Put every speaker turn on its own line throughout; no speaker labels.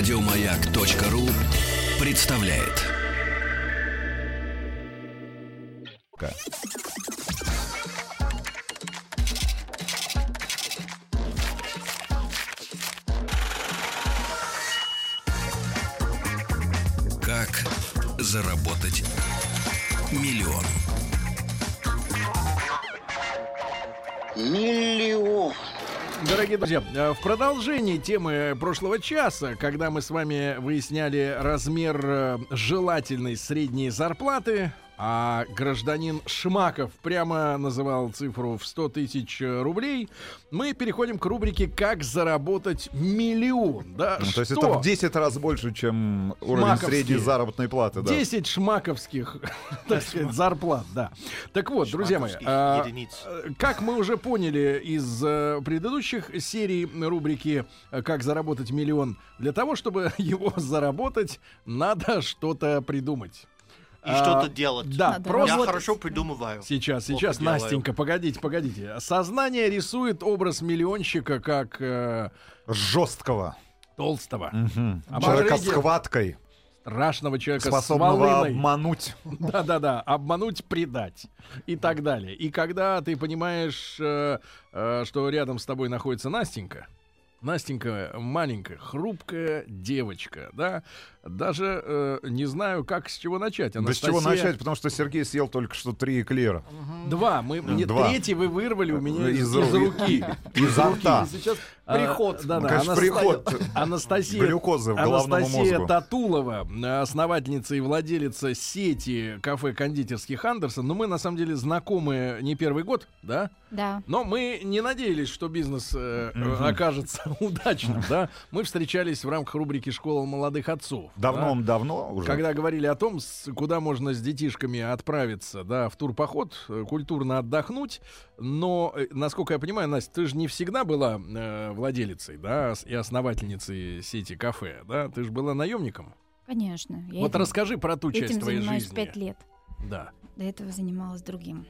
Радиомаяк.ру представляет. Как заработать миллион?
Миллион.
Дорогие друзья, э, в продолжении темы прошлого часа, когда мы с вами выясняли размер э, желательной средней зарплаты, а гражданин Шмаков прямо называл цифру в 100 тысяч э, рублей, мы переходим к рубрике «Как заработать миллион». Да,
Ну, то есть
что
это в 10 раз больше, чем уровень
Маковские.
средней заработной платы. Да.
10 шмаковских, так сказать, зарплат, да. Так вот, друзья мои,
Шмаковских
а,
единиц.
э, как мы уже поняли из э, предыдущих серий рубрики э, «Как заработать миллион», для того, чтобы его заработать, надо что-то придумать.
И
А,
что-то делать.
Да,
Надо
просто...
Я
работать.
хорошо придумываю.
Сейчас,
Плохо
сейчас,
делаю.
Настенька, погодите, погодите. Сознание рисует образ миллионщика как э,
Жесткого.
толстого,
Мгм.
А
Человека с
Мавридия?
хваткой,
страшного человека с
способного
волыной.
обмануть.
Да-да-да, обмануть, предать и так далее. И когда ты понимаешь, э, э, что рядом с тобой находится Настенька, Настенька маленькая, хрупкая девочка, да, даже э, не знаю, как с чего начать.
Да с чего начать? Потому что Сергей съел только что три эклера.
Два, мы, мне
Два.
третий вы вырвали у меня из, из
Из ру-
руки.
Изо рта.
А,
Приход.
да-да,
Конечно,
Анаста-
приход.
Анастасия,
Глюкозы в головному
Анастасия
мозгу.
Татулова, э, основательница и владелица сети кафе кондитерских Андерсон. Но мы на самом деле знакомы не первый год, да?
Да.
Но мы не надеялись, что бизнес э, э, окажется удачным, да? Мы встречались в рамках рубрики «Школа молодых отцов». да?
Давно-давно уже.
Когда говорили о том, с- куда можно с детишками отправиться, да, в турпоход, э, культурно отдохнуть, но, э, насколько я понимаю, Настя, ты же не всегда была э, владелицей, да, с- и основательницей сети кафе, да, ты же была наемником.
Конечно. Я
вот
этим-
расскажи про ту часть
Этим
твоей
занимаюсь
жизни.
пять лет.
Да.
До этого занималась другим.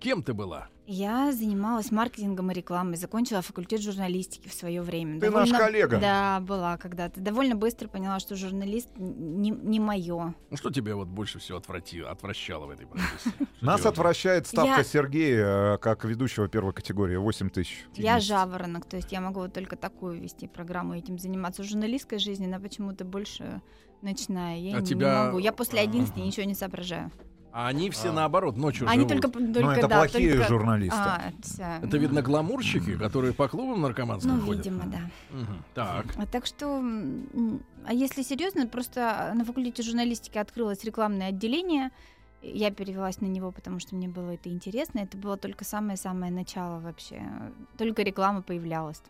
Кем ты была?
Я занималась маркетингом и рекламой, закончила факультет журналистики в свое время.
Ты наш коллега.
Да, была когда-то. Довольно быстро поняла, что журналист н- не, не мое.
Ну, Что тебя вот больше всего отврати- отвращало в этой профессии? Что
Нас
тебя вот-
отвращает ставка
Я-
Сергея э, как ведущего первой категории. 8 тысяч.
Я
единиц.
жаворонок, то есть я могу вот только такую вести программу, этим заниматься. В журналистской жизни она почему-то больше ночная. Я
А
не,
тебя-
не могу. Я после
Ага.
11 ничего не соображаю.
А они все
А.
наоборот ночью
Они
живут.
только,
Но
только
Ну, это
да,
плохие
только-
журналисты.
А, всё.
Это, видно, гламурщики, которые по клубам наркоманским
Ну,
ходят?
видимо, да.
Мгм. Так.
А Так что, м, м, а если серьезно, просто на факультете журналистики открылось рекламное отделение. Я перевелась на него, потому что мне было это интересно. Это было только самое-самое начало вообще. Только реклама появлялась.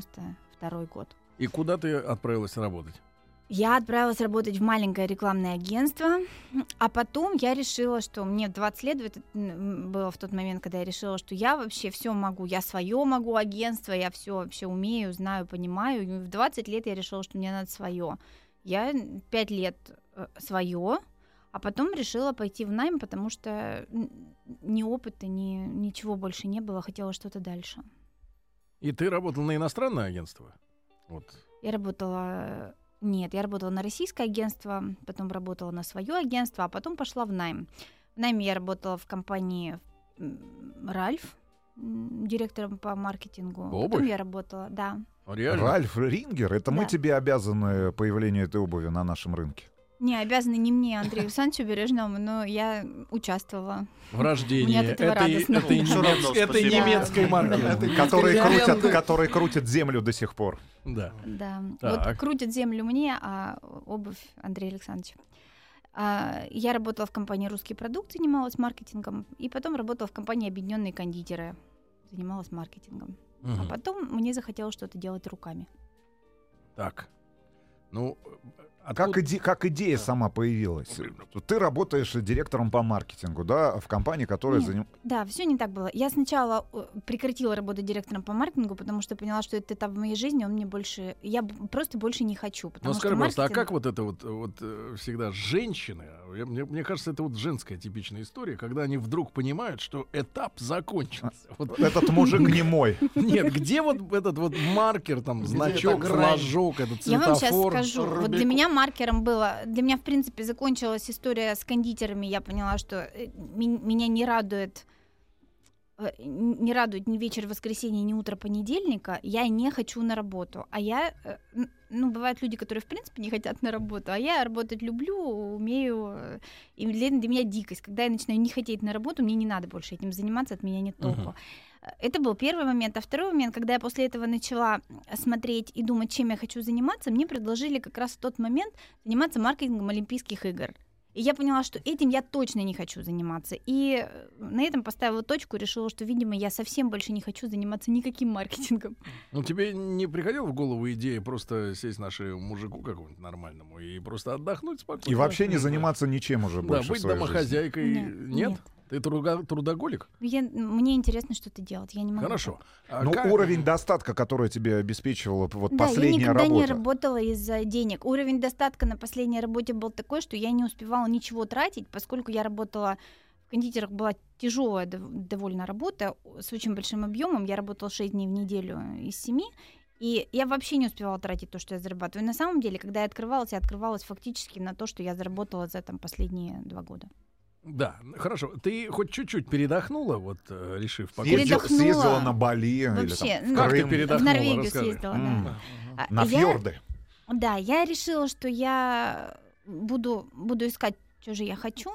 92 год.
И куда ты отправилась работать?
Я отправилась работать в маленькое рекламное агентство, а потом я решила, что мне 20 лет это, м, было в тот момент, когда я решила, что я вообще все могу, я свое могу агентство, я все вообще умею, знаю, понимаю. И в 20 лет я решила, что мне надо свое. Я 5 лет свое, а потом решила пойти в найм, потому что м, ни опыта, ни, ничего больше не было, хотела что-то дальше.
И ты работал на иностранное агентство? Вот.
Я работала... Нет, я работала на российское агентство, потом работала на свое агентство, а потом пошла в найм. В найме я работала в компании м, Ральф, м, директором по маркетингу. Потом
Обувь?
я работала, да.
Ну, Реально?
Ральф Рингер, это мы
Да.
тебе обязаны появлению этой обуви на нашем рынке.
Не, обязаны не мне, а Андрею Александровичу Бережному, но я участвовала.
В рождении.
Мне от этого
Это и-
радостно.
это и
Всё
немец-
равно
это и
спасибо.
немецкой
Да.
марки.
Которые
Легенды.
Э, крутят, которые крутят землю до сих пор.
Да.
Да.
Так.
Вот крутят землю мне, а обувь Андрею Александровичу. А, я работала в компании «Русский продукт», занималась маркетингом, и потом работала в компании «Объединенные кондитеры», занималась маркетингом. А
Мгм.
потом мне захотелось что-то делать руками.
Так. Ну,
Как,
откуда-
иде- как идея сама появилась?
ну
Ты работаешь директором по маркетингу, да, в компании, которая
Нет.
заним-
Да, все не так было. Я сначала э, прекратила работать директором по маркетингу, потому что поняла, что этот этап в моей жизни, он мне больше... Я б- просто больше не хочу, потому
Ну,
что
скажи, пожалуйста, а
маркетинг-
как вот это вот, вот э, всегда женщины, Я- мне, мне кажется, это вот женская типичная история, когда они вдруг понимают, что этап закончился. Вот,
Этот мужик не мой.
нет, где вот этот вот маркер, там,
Где
значок,
эта грань?
флажок, этот
Я вам сейчас
светофор?
скажу. Вот для
Рубикон.
меня маркером было, для меня в принципе закончилась история с кондитерами. Я поняла, что э, ми- меня не радует, э, н- не радует ни вечер воскресенья, ни утро понедельника. Я не хочу на работу, а я, э, н- ну бывают люди, которые в принципе не хотят на работу, а я работать люблю, умею. э, И для, для меня дикость, когда я начинаю не хотеть на работу, мне не надо больше этим заниматься, от меня нет толку.
Мгм.
Э, Это был первый момент. А второй момент, когда я после этого начала э, смотреть и думать, чем я хочу заниматься, мне предложили как раз в тот момент заниматься маркетингом Олимпийских игр. И я поняла, что этим я точно не хочу заниматься. И э, на этом поставила точку, решила, что, видимо, я совсем больше не хочу заниматься никаким маркетингом.
Ну, тебе не приходила в голову идея просто сесть нашему мужику какому-нибудь нормальному и просто отдохнуть спокойно?
И вообще не
Да.
заниматься ничем уже
Да,
больше в
быть
своей жизни.
домохозяйкой.
Нет,
Нет?
нет.
Ты труга- трудоголик?
Я- мне интересно что-то делать, я не могу.
Хорошо. А
Ну,
как-
уровень достатка, который тебе обеспечивала вот
да, я
последняя
никогда не
работа.
работала из-за денег. Уровень достатка на последней работе был такой, что я не успевала ничего тратить, поскольку я работала в кондитерах, была тяжелая дов- довольно работа о, с очень большим объемом. Я работала 6 дней в неделю из 7. И я вообще не успевала тратить то, что я зарабатываю. И на самом деле, когда я открывалась, я открывалась фактически на то, что я заработала за там, последние два года.
Да, хорошо. Ты хоть чуть-чуть передохнула, вот э, решив покончить?
Съезди-
Передохнула.
Съездила на Бали или
Вообще,
там, в
ну,
Как ты
Крым,
В
передохнула?
Норвегию
расскажи.
съездила,
М.
да. А,
на
я-
фьорды.
Да, я решила, что я буду, буду искать, что же я хочу.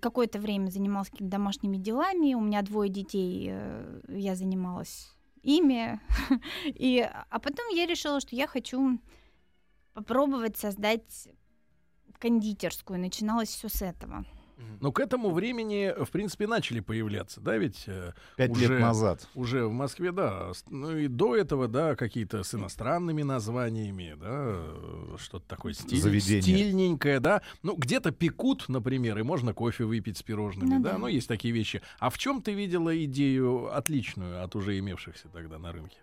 Какое-то время занималась какими-то домашними делами. У меня двое детей, э, я занималась ими. И, а потом я решила, что я хочу попробовать создать кондитерскую. Начиналось все с этого.
Но Ну, к этому времени, э, в принципе, начали появляться, да, ведь э,
Пять
Уже.
лет назад.
уже в Москве, да. с- Ну и до этого, да, какие-то с иностранными названиями, да, э, что-то такое стиль,
Заведения.
стильненькое, да. Ну, где-то пекут, например, и можно кофе выпить с пирожными,
Ну
да.
да.
Ну, есть такие вещи. А в чем ты видела идею отличную от уже имевшихся тогда на рынке?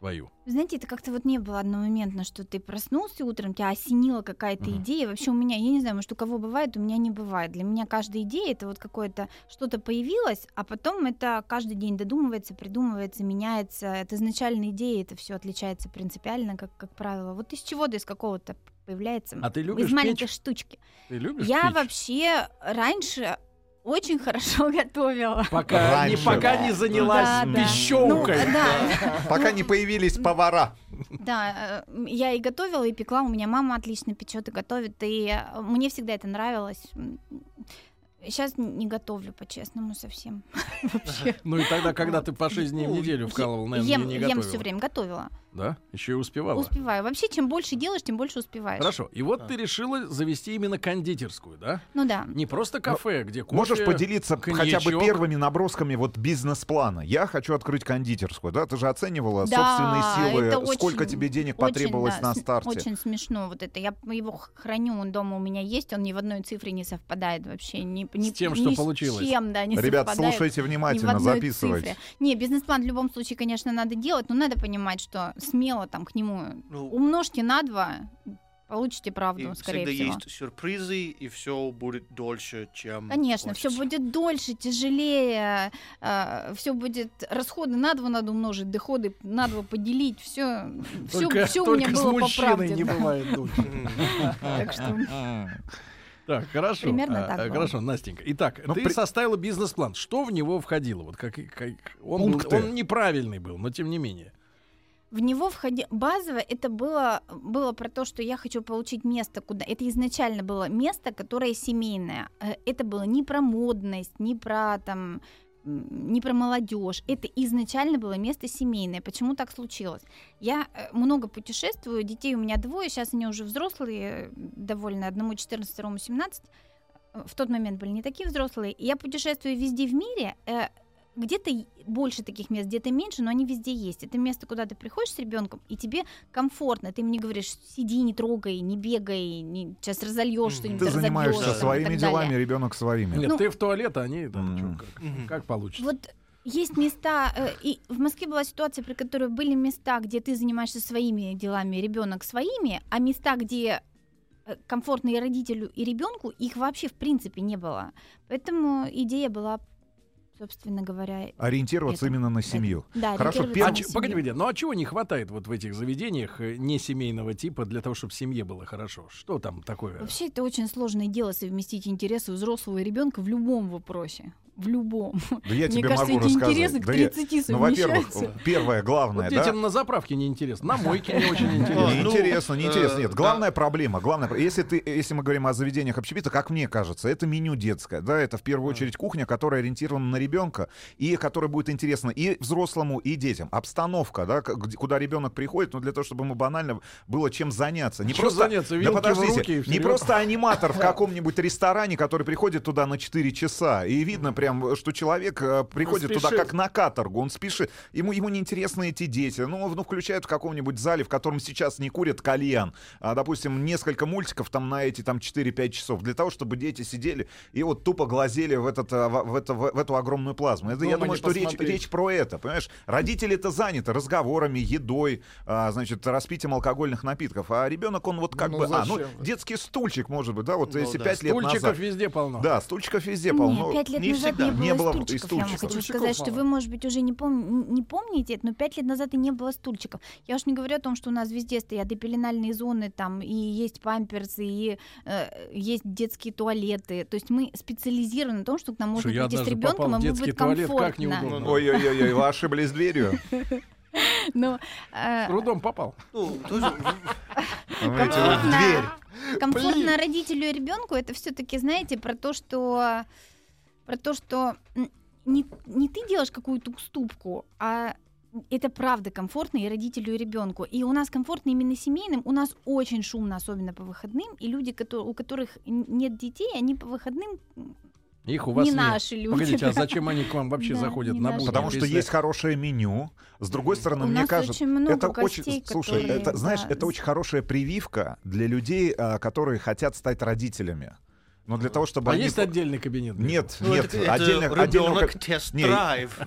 Свою.
Знаете, это как-то вот не было одномоментно, что ты проснулся утром, тебя осенила какая-то
Мгм.
идея. Вообще у меня, я не знаю, может, у кого бывает, у меня не бывает. Для меня каждая идея это вот какое-то что-то появилось, а потом это каждый день додумывается, придумывается, меняется. Это изначальная идея, это все отличается принципиально, как, как правило. Вот из чего-то, из какого-то появляется.
А ты любишь
Из маленькой
печь?
штучки.
Ты любишь
я
печь?
вообще раньше очень хорошо готовила.
Пока, не,
Раньше.
пока не занялась
Да, да. Ну,
пищевкой.
да,
Пока не появились повара.
Да, э, м, я и готовила, и пекла. У меня мама отлично печет и готовит, и э, мне всегда это нравилось. Сейчас не готовлю по-честному совсем.
Ну и тогда, когда ты по 6 дней в неделю вкалывал, наверное,
Ну, ем,
не
ем
готовила.
все время, готовила.
Да? Еще и успевала.
Успеваю. Вообще, чем больше делаешь, тем больше успеваешь.
Хорошо. И вот
Да.
ты решила завести именно кондитерскую, да?
Ну да.
Не просто кафе, где кофе.
Можешь поделиться хотя бы
коньячок.
первыми набросками вот бизнес-плана. Я хочу открыть кондитерскую, да? Ты же оценивала
Да,
Э, собственные
это
силы, э, сколько
очень-
тебе денег
Очень,
потребовалось
да,
на
с-
старте.
Очень смешно вот это. Я его х- храню, он дома у меня есть, он ни в одной цифре не совпадает вообще. Ни, ни-
тем, что
ни
получилось.
С чем, да, не
Ребят,
совпадает.
слушайте
ни в
внимательно,
одной
записывайте.
цифре. Не, бизнес-план в любом случае, конечно, надо делать, но надо понимать, что смело там к нему
Ну,
умножьте на два, получите
и
правду, скорее
всегда
всего.
есть сюрпризы, и все будет дольше, чем
Конечно, все
хочется.
будет дольше, тяжелее, все будет расходы на два надо умножить, доходы на два поделить, все,
Только,
все, все у
только
меня
с
было по
мужчиной
правде.
не
да.
бывает дольше.
Так что
Так, хорошо. А, э,
Примерно так было.
Хорошо, Настенька. Итак,
Ну,
ты
при-
составила бизнес-план. Что в него входило? Вот как, как- он, был-
Пункты.
он неправильный был, но тем не менее.
В него входи... Базово это было, было про то, что я хочу получить место, куда... Это изначально было место, которое семейное. Э, Это было не про модность, не про там м, не про молодежь. Это изначально было место семейное. Почему так случилось? Я э, много путешествую, детей у меня двое, сейчас они уже взрослые, э, довольно, одному 14, второму 17. Э, В тот момент были не такие взрослые. И Я путешествую везде в мире, э, где-то и- больше таких мест, где-то меньше, но они везде есть. Это место, куда ты приходишь с ребенком, и тебе комфортно. Ты мне говоришь, сиди, не трогай, не бегай, не- сейчас разольешь
Мгм.
что-нибудь.
Ты занимаешься
разобьёшь, там, и
своими
так далее.
делами, ребенок своими.
Нет,
Ну-
ты в туалет, а они... да,
М.
чё, как-
Мгм.
Как получится? А
Вот есть места, э, и в Москве была ситуация, при которой были места, где ты занимаешься своими делами, ребенок своими, а места, где э, э, комфортно и родителю, и ребенку, их вообще в принципе не было. Поэтому идея была, собственно говоря,
Ориентироваться
Это-
именно на
это-
семью.
да,
Хорошо,
ориентироваться
А
на
че-
семью.
погоди, Ведя, ну а чего не хватает вот в этих заведениях э, не семейного типа для того, чтобы семье было хорошо? Что там такое?
Вообще это очень сложное дело совместить интересы взрослого и ребенка в любом вопросе. В любом.
Да я
Мне
тебе
кажется,
могу
эти интересы
рассказать.
к
Да я-
30
Ну, во-первых,
совмещаются.
первое главное,
Вот
да?
детям на заправке неинтересно, на мойке не очень
Ну,
интересно.
Неинтересно,
ну,
неинтересно.
э,
Нет,
да.
главная проблема, главная, про- если ты, если мы говорим о заведениях общепита, как мне кажется, это меню детское, да, это в первую очередь кухня, которая ориентирована на ребенка и которая будет интересна и взрослому, и детям. Обстановка, да, к- где- куда ребенок приходит, ну для того, чтобы ему банально было чем заняться, не
Чем
просто
заняться?
Да
Вилки в
подождите,
руки и
не
вперед.
просто аниматор в каком-нибудь ресторане, который приходит туда на 4 часа и видно прям, что человек э, приходит туда
спешит.
как на каторгу, он спешит, ему, ему неинтересны эти дети. Ну, ну, включают в каком-нибудь зале, в котором сейчас не курят кальян, а, допустим, несколько мультиков там на эти там 4-5 часов, для того, чтобы дети сидели и вот тупо глазели в, этот, а, в, в это- в- в эту огромную плазму. Это, я
Дома
думаю,
Ну, не
что речь,
посмотреть.
речь про это, понимаешь? Родители-то заняты разговорами, едой, а, значит, распитием алкогольных напитков, а ребенок, он вот как
Ну,
бы... а, ну,
зачем?
детский стульчик, может быть, да, вот
Ну
если
да,
5 лет назад...
Стульчиков везде полно.
Да, стульчиков везде
Не,
полно.
пять лет
не
назад
всегда.
не было
и
стульчиков. Я вам
стульчиков.
хочу
Стульчиков
сказать, что
мало.
вы, может быть, уже не, пом- не помните это, но пять лет назад и не было стульчиков. Я уж не говорю о том, что у нас везде стоят и пеленальные зоны, там, и есть памперсы, и э, есть детские туалеты. То есть мы специализированы на том, что к нам
Что,
можно
я
прийти с
однажды
ребенком,
попал в
ему
детский
будет
туалет, как
комфортно.
неудобно.
Ой-ой-ой, вы ошиблись дверью.
Но, э,
Трудом попал.
Ну, тоже,
Вы эти вот
Комфортно.
дверь.
комфортно родителю и ребенку это все-таки, знаете, про то, что про то, что м, не, не ты делаешь какую-то уступку, а это правда комфортно и родителю, и ребенку. И у нас комфортно именно семейным. У нас очень шумно, особенно по выходным. И люди, кото- у которых н- нет детей, они по выходным м,
Их у вас
не
нет.
наши люди.
Погодите, а
да.
зачем они к вам вообще
Да,
заходят
не
на
наши.
будни?
Потому что
Если-
есть хорошее меню. С другой стороны,
У
мне
нас
кажется,
очень много
это
гостей,
очень, слушай,
которые,
это знаешь,
да,
это очень хорошая прививка для людей, а, которые хотят стать родителями. Но для того, чтобы
А
они...
есть отдельный кабинет?
Нет,
ну,
нет,
это,
отдельно,
это
отдельного
ребенок
каб- Не,
Э,
тест-драйв.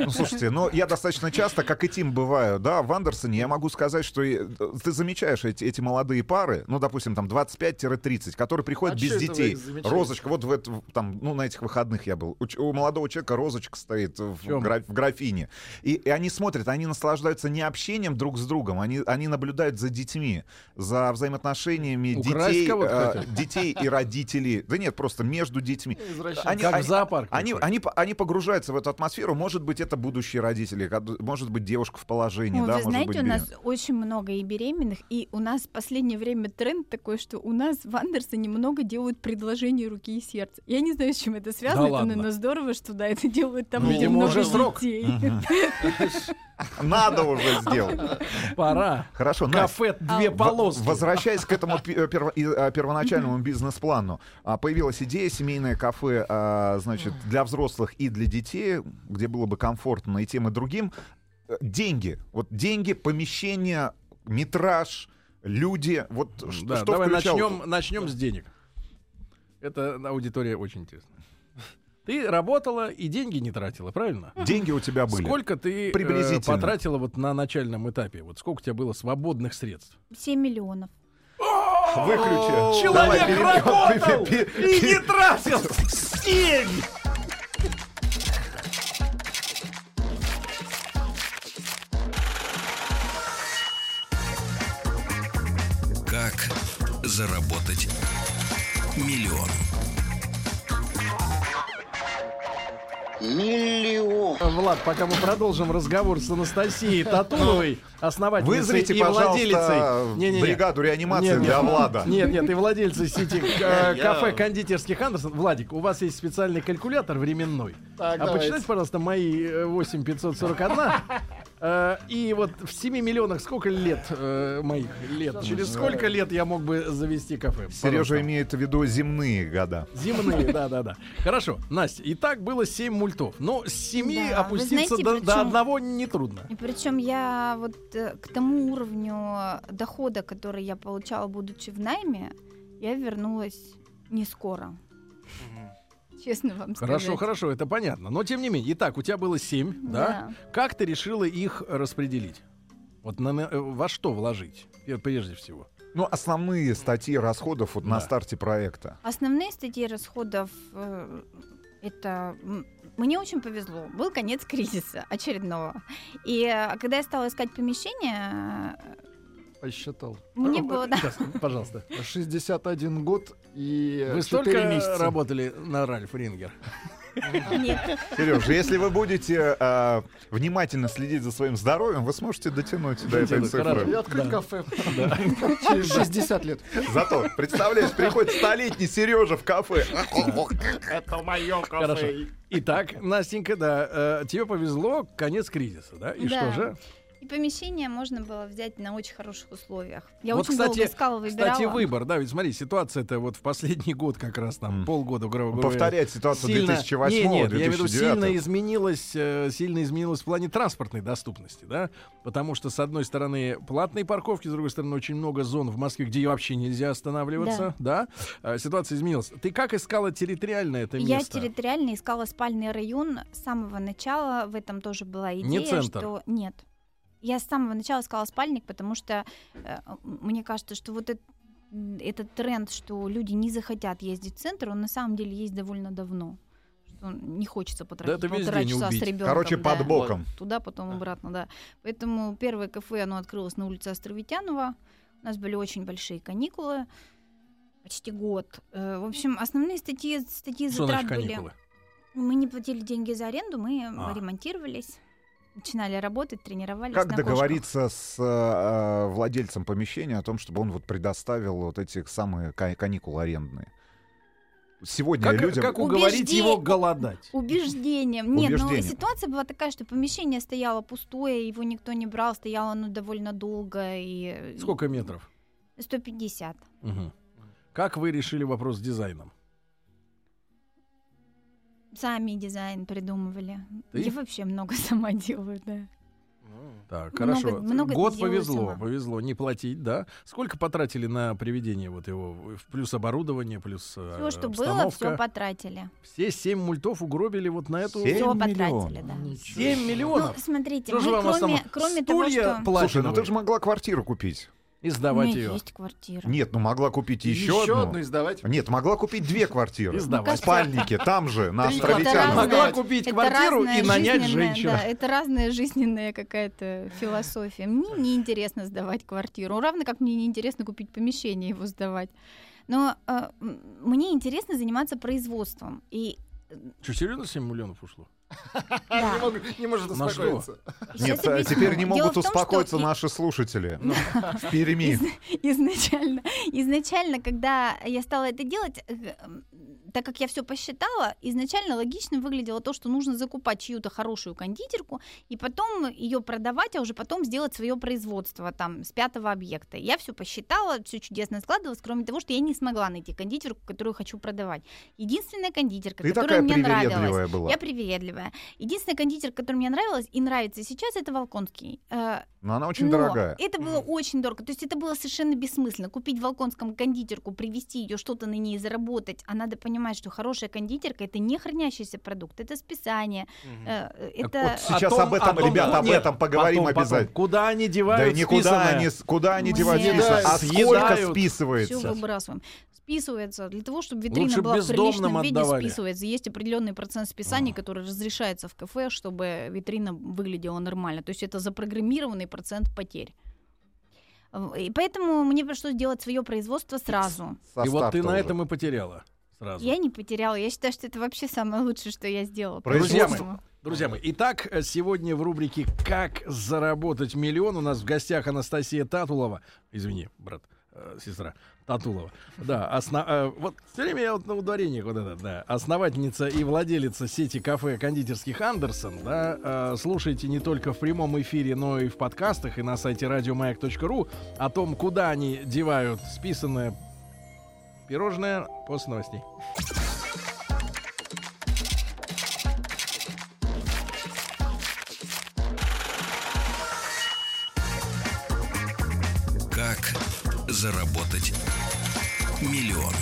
Ну, слушайте, ну, я достаточно часто, как и Тим, бываю, да, в Андерсоне, я могу сказать, что и, э, ты замечаешь эти, эти молодые пары, ну, допустим, там, 25-30, которые приходят
А
без
чё это вы
детей.
их замечаете?
Розочка, вот в это, в- там, ну, на этих выходных я был. У, ч- у молодого человека розочка стоит в,
чём?
гра- в графине. И, и они смотрят, они наслаждаются не общением друг с другом, они, они наблюдают за детьми, за взаимоотношениями
Украсть
детей,
кого-то
э,
хотят?
детей и родителей. Да нет, просто между детьми.
Извращенцы.
Они-
Как в
они-
зоопарк.
они,
какой-то.
они, по- они погружаются в эту атмосферу. Может быть, это будущие родители, кад- может быть, девушка в положении,
Ой,
да,
вы
может
знаете,
быть,
у нас
беременна.
очень много и беременных, и у нас в последнее время тренд такой, что у нас в Андерсоне много делают предложения руки и сердца. Я не знаю, с чем это связано, это,
ладно.
наверное, здорово, что да, это делают там
Ну,
где
видимо,
много
уже срок.
детей.
Надо уже сделать.
Пора.
Хорошо, Настя,
Кафе
А
две
в-
полоски.
Возвращаясь к этому пи- э, перво- и, э, первоначальному бизнес-плану, а, появилась идея семейное кафе, а, значит, для взрослых и для детей, где было бы комфортно и тем и другим. Э, Деньги, вот деньги, помещение, метраж, люди, вот ш- что,
Да, давай
включал-
начнем, начнем с денег. Это аудитория очень интересна. Ты работала и деньги не тратила, правильно?
Деньги у тебя были.
Сколько ты э,
Приблизительно.
потратила вот на начальном этапе? Вот сколько у тебя было свободных средств?
7 миллионов.
Выключи.
Человек
Давай, пере-
работал
пере- пере-
и не тратил! Семь!
Как заработать миллион?
Влад, пока мы продолжим разговор с Анастасией Татуловой, основательницей
Вызовите,
и
пожалуйста,
владелицей... Не-не-не.
бригаду реанимации
Нет, нет.
для Влада.
Нет, нет, и владельцы сети э,
Я-
кафе кондитерских Андерсон. Владик, у вас есть специальный калькулятор временной.
Так,
а
давайте.
почитайте, пожалуйста, мои э, 8541. Э, И вот в 7 миллионах сколько лет э, моих лет? Через сколько лет я мог бы завести кафе?
Сережа
Пожалуйста.
имеет в виду земные года.
Земные, да, да, да. Хорошо, Настя, и так было 7 мультов. Но с 7
Да, вы
опуститься
знаете,
до,
причем-
до одного нетрудно.
И причем я вот э, к тому уровню э, дохода, который я получала, будучи в найме, я вернулась не скоро. Честно вам сказать.
Хорошо, хорошо, это понятно. Но тем не менее, итак, у тебя было 7, да? Как ты решила их распределить? Вот на- на- э, во что вложить? Пе- Прежде всего.
Ну, основные статьи расходов вот на
Да.
старте проекта.
Основные статьи расходов э, это м, мне очень повезло. Был конец кризиса очередного. И э, когда я стала искать помещение,
Посчитал.
э, мне
Э,
было да,
Сейчас, пожалуйста. 61 год и
Вы
4
столько
месяца.
работали на Ральф Рингер?
нет.
Сереж, если вы будете э, внимательно следить за своим здоровьем, вы сможете дотянуть до этой
Дотянуть, хорошо.
цифры.
Я открыть
Да.
кафе через 60 лет.
Зато, представляешь, приходит столетний Сережа в кафе.
Хорошо. Итак, Настенька, да, э, тебе повезло, конец кризиса, да? И что
Да.
же?
И помещение можно было взять на очень хороших условиях. Я
Вот,
очень
кстати,
долго искала, выбирала.
Кстати, выбор, да, ведь смотри, ситуация-то вот в последний год как раз там,
М.
полгода, грубо говоря.
Повторять ситуацию
сильно-
2008
Не, нет, я имею в виду,
2009.
сильно изменилось, э, сильно изменилось в плане транспортной доступности, да, потому что, с одной стороны, платные парковки, с другой стороны, очень много зон в Москве, где вообще нельзя останавливаться, да, Э, ситуация изменилась. Ты как искала территориально это
Я
место?
территориально искала спальный район с самого начала. В этом тоже была идея,
центр?
что нет. Я с самого начала искала спальник, потому что э, мне кажется, что вот эт- м, этот тренд, что люди не захотят ездить в центр, он на самом деле есть довольно давно. Что не хочется потратить
это весь
полтора
день
часа
убить.
с ребенком.
Короче,
да
под боком.
туда, потом обратно, да. Поэтому первое кафе, оно открылось на улице Островитянова. У нас были очень большие каникулы, почти год. Э, В общем, основные статьи, статьи
Что
затрат
значит
были.
каникулы?
Мы не платили деньги за аренду, мы
А.
ремонтировались, начинали работать, тренировались. на
Как
кошках.
договориться с э, владельцем помещения о том, чтобы он вот предоставил вот эти самые ка- каникулы арендные? Сегодня
Как,
людям...
как уговорить
Убежди-
его голодать?
Убеждением. Нет, ну
Убеждением.
ситуация была такая, что помещение стояло пустое, его никто не брал, стояло оно довольно долго. И...
Сколько метров?
150.
Мгм. Как вы решили вопрос с дизайном?
Сами дизайн придумывали.
Ты?
Я вообще много сама делаю, да.
Так,
Ну, Много-
хорошо.
много
Год
сделала
повезло,
сама.
повезло не платить, да. Сколько потратили на приведение вот его, в- плюс оборудование, плюс э,
Все, что было, все
обстановка?
потратили.
Все семь мультов угробили вот на эту...
Семь?
Все
миллионов.
потратили, да.
Семь
Ну,
миллионов!
смотрите,
Что
мы
же вам
кроме,
осталось?
кроме того,
Стулья
что...
Слушай,
Ну,
ну
платиновые.
ты же могла квартиру купить.
И
У
сдавать
меня
ее.
есть квартира.
Нет, ну могла купить еще,
Еще
одну.
одну издавать.
Нет, могла купить две
И
квартиры.
сдавать.
Спальники там же, на
Три
Островитянова.
квартиры.
Могла
Разная-
купить
Это
квартиру и
разная
нанять
жизненная,
женщину.
Да, это разная жизненная какая-то философия. Мне неинтересно сдавать квартиру, равно как мне неинтересно купить помещение и его сдавать. Но э, м, мне интересно заниматься производством. И
Что, серьезно 7 миллионов ушло?
да.
А,
Не могу- Не может
На что?
успокоиться.
Сейчас
Нет, а
объясню.
теперь не
Дело в
могут
том, что
успокоиться
и-
наши слушатели
Ну.
в Перми.
изначально, изначально, когда я стала это делать, э, м, так как я все посчитала, изначально логично выглядело то, что нужно закупать чью-то хорошую кондитерку и потом ее продавать, а уже потом сделать свое производство там с пятого объекта. Я все посчитала, все чудесно складывалось, кроме того, что я не смогла найти кондитерку, которую хочу продавать. Единственная кондитерка,
Ты
которая
такая
мне нравилась.
привередливая была.
Я привередливая. Единственная кондитерка, которая мне нравилась и нравится сейчас, это Волконский. Э,
Но она очень
но
дорогая.
Это было очень дорого. То есть это было совершенно бессмысленно. Купить в Волконском кондитерку, привезти ее, что-то на ней заработать. А надо понимать, что хорошая кондитерка это не хранящийся продукт, это списание. э, Это
Так
Сейчас об этом, ребят, об этом поговорим
а потом, потом.
обязательно.
Куда они
Да
девают
и никуда
списанное?
они, с- куда они
Мне-
деваются, а сколько
Съедают.
все
списывается.
выбрасываем. Списывается. Для того, чтобы витрина
Лучше
была в приличном
бездомным
виде,
отдавали.
списывается. Есть определенный процент списаний, который разрешается в кафе, чтобы витрина выглядела нормально. То есть это запрограммированный процент потерь. В- И поэтому мне пришлось делать свое производство сразу.
Со
И вот
старта
ты на
уже.
этом и потеряла сразу.
Я не потеряла. Я считаю, что это вообще самое лучшее, что я сделала.
Друзья мои,
Поэтому-
Друзья мои, итак, э, сегодня в рубрике «Как заработать миллион» у нас в гостях Анастасия Татулова. Извини, брат, э, сестра Татулова. Да, осна- э, вот все время я вот на ударениях вот это, да. Основательница и владелица сети кафе кондитерских Андерсон, да. э, слушайте не только в прямом эфире, но и в подкастах и на сайте радиомаяк.ру о том, куда они девают списанное пирожное после новостей.
Как заработать миллион?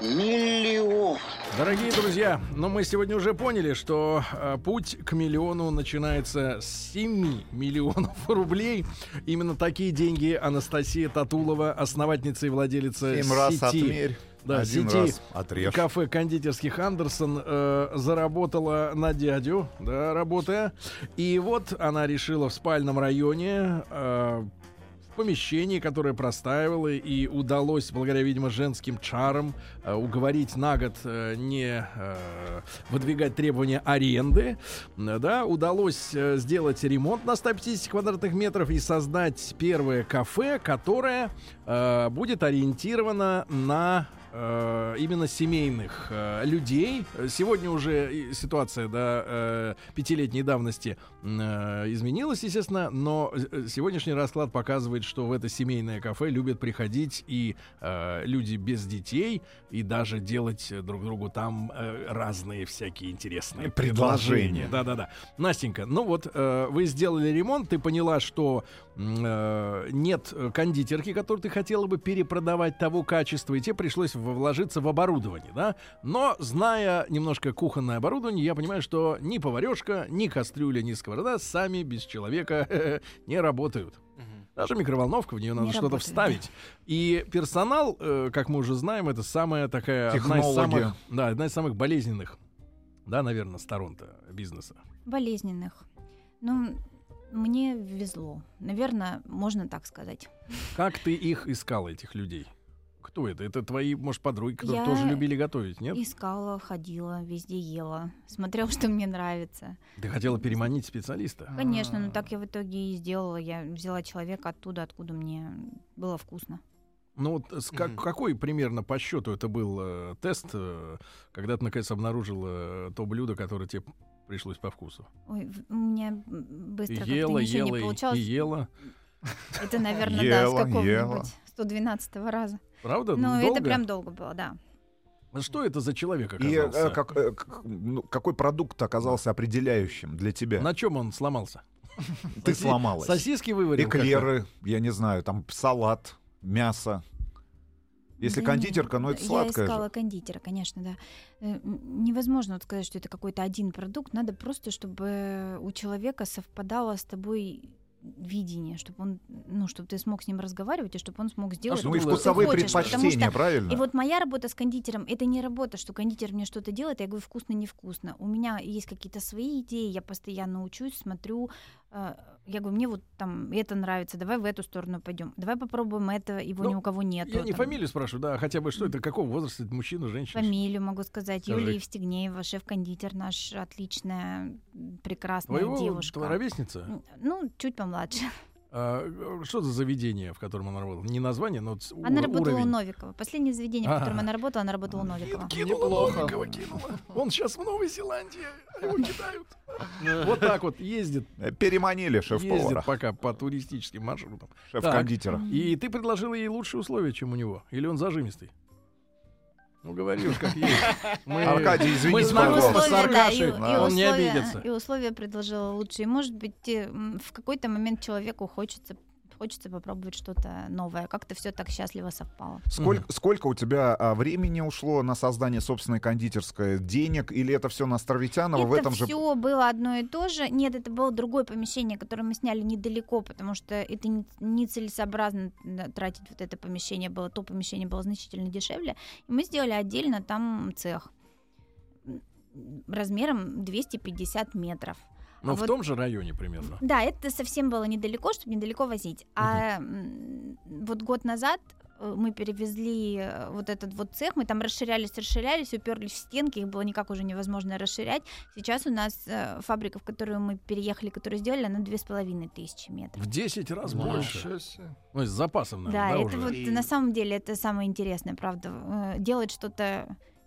Миллион.
Дорогие друзья, ну мы сегодня уже поняли, что э, путь к миллиону начинается с 7 миллионов рублей. Именно такие деньги Анастасия Татулова, основательница и владелица
Семь
сети.
раз отмерь,
Да,
один
сети
раз отрежь.
кафе кондитерских Андерсон э, заработала на дядю, да, работая. И вот она решила в спальном районе э, в помещении, которое простаивало, и удалось, благодаря, видимо, женским чарам, э, уговорить на год э, не э, выдвигать требования аренды. М, Да, удалось э, сделать ремонт на 150 квадратных метров и создать первое кафе, которое э, будет ориентировано на э, именно семейных э, людей. Э, Сегодня уже и ситуация до э, пятилетней давности м, э, изменилась, естественно, но э, сегодняшний расклад показывает, что в это семейное кафе любят приходить и э, люди без детей, и даже делать э, друг другу там э, разные всякие интересные
Предложения.
предложения. Да-да-да. Настенька, ну вот э, вы сделали ремонт, ты поняла, что м, э, нет э, кондитерки, которую ты хотела бы перепродавать того качества, и тебе пришлось в- вложиться в оборудование, да? Но, зная немножко кухонное оборудование, я понимаю, что ни поварешка, ни кастрюля, ни сковорода сами без человека не работают.
Мгм.
Даже микроволновка, в нее надо что-то
работает,
вставить. И персонал, э, как мы уже знаем, это самая такая одна из
Технология.
самых, да, одна из самых болезненных, да, наверное, сторон-то бизнеса.
Болезненных. Ну, мне везло. Наверное, можно так сказать.
Как ты их искала, этих людей? Кто это? Это твои, может, подруги, которые
Я
тоже любили готовить, нет?
Искала, ходила, везде ела. Смотрела, что мне нравится.
Ты хотела переманить специалиста?
Конечно, но так я в итоге и сделала. Я взяла человека оттуда, откуда мне было вкусно.
Ну вот с как-
Мгм.
какой примерно по счету это был э, тест, э, когда ты наконец обнаружила э, то блюдо, которое тебе пришлось по вкусу?
Ой, в- у меня м,
И
быстро как-то
ела,
ничего
ела,
не
и-
получалось.
и ела.
Это, наверное,
Ела,
да, с
ела.
какого-нибудь 112 раза.
Правда?
Но
Долго?
это прям долго было, да.
Что это за человек
И э,
оказался?
как- э, к- ну, какой продукт оказался определяющим для тебя?
На чем он сломался?
Ты
Соси-
сломалась.
Сосиски выварил?
Эклеры, я не знаю, там салат, мясо. Если
Да
кондитерка,
нет,
ну это
я
сладкое же.
искала кондитера, конечно, да. Э, м, Невозможно вот сказать, что это какой-то один продукт. Надо просто, чтобы у человека совпадало с тобой видение, чтобы он, ну, чтобы ты смог с ним разговаривать и чтобы он смог сделать.
Ну и
то, что ты
вкусовые
хочешь, потому что-
предпочтения, правильно?
И вот моя работа с кондитером это не работа, что кондитер мне что-то делает, а я говорю вкусно, невкусно. У меня есть какие-то свои идеи, я постоянно учусь, смотрю. э, Я говорю, мне вот там это нравится, давай в эту сторону пойдем, давай попробуем это, его ни
Ну,
у кого нет.
Я не фамилию спрашиваю, да, а хотя бы что это, какого возраста это мужчина, женщина?
Фамилию могу сказать.
Скажи.
Юлия Евстигнеева, шеф-кондитер наш, отличная, м, прекрасная
Твоего
девушка.
твоя ровесница?
М, Ну, чуть помладше.
А, э, что за заведение, в котором она работала? Не название, но ц-
она
ур-
работала
уровень.
у Новикова. Последнее заведение, в котором
Ага.
она работала, она работала у Новикова.
Кинула
Неплохо.
Новикова, кинула. Он сейчас в Новой Зеландии, а его кидают.
Ну,
Вот так вот ездит,
Э, Переманили шеф-повара,
ездит пока по туристическим маршрутам.
шеф-кондитера.
И ты предложила ей лучшие условия, чем у него? Или он зажимистый? Ну, говори уж как есть. Мы-
Аркадий,
мы
извините,
Ну, и
знакомы с
пожалуйста.
условия, да, и-
Аркашей,
и
да.
он не
условия-
обидится.
И условия предложила лучше. И, может быть, э, м, в какой-то момент человеку хочется хочется попробовать что-то новое. Как-то все так счастливо совпало.
Сколько, сколько у тебя а, времени ушло на создание собственной кондитерской, денег, или это все на Старвитянова в
это
этом
все
же...
было одно и то же. Нет, это было другое помещение, которое мы сняли недалеко, потому что это не- нецелесообразно м, тратить вот это помещение было. То помещение было значительно дешевле. И мы сделали отдельно там цех М, размером 250 метров.
Но
А
в
вот-
том же районе примерно.
Да, это совсем было недалеко, чтобы недалеко возить. А м, вот год назад э, мы перевезли э, вот этот вот цех, мы там расширялись, расширялись, уперлись в стенки, их было никак уже невозможно расширять. Сейчас у нас э, фабрика, в которую мы переехали, которую сделали, она две с половиной тысячи метров.
В 10 раз
Ну,
больше.
ничего себе.
Ну, с запасом,
Да,
наверное, да,
это
уже.
вот
И-
на самом деле это самое интересное, правда, Э, делать что-то,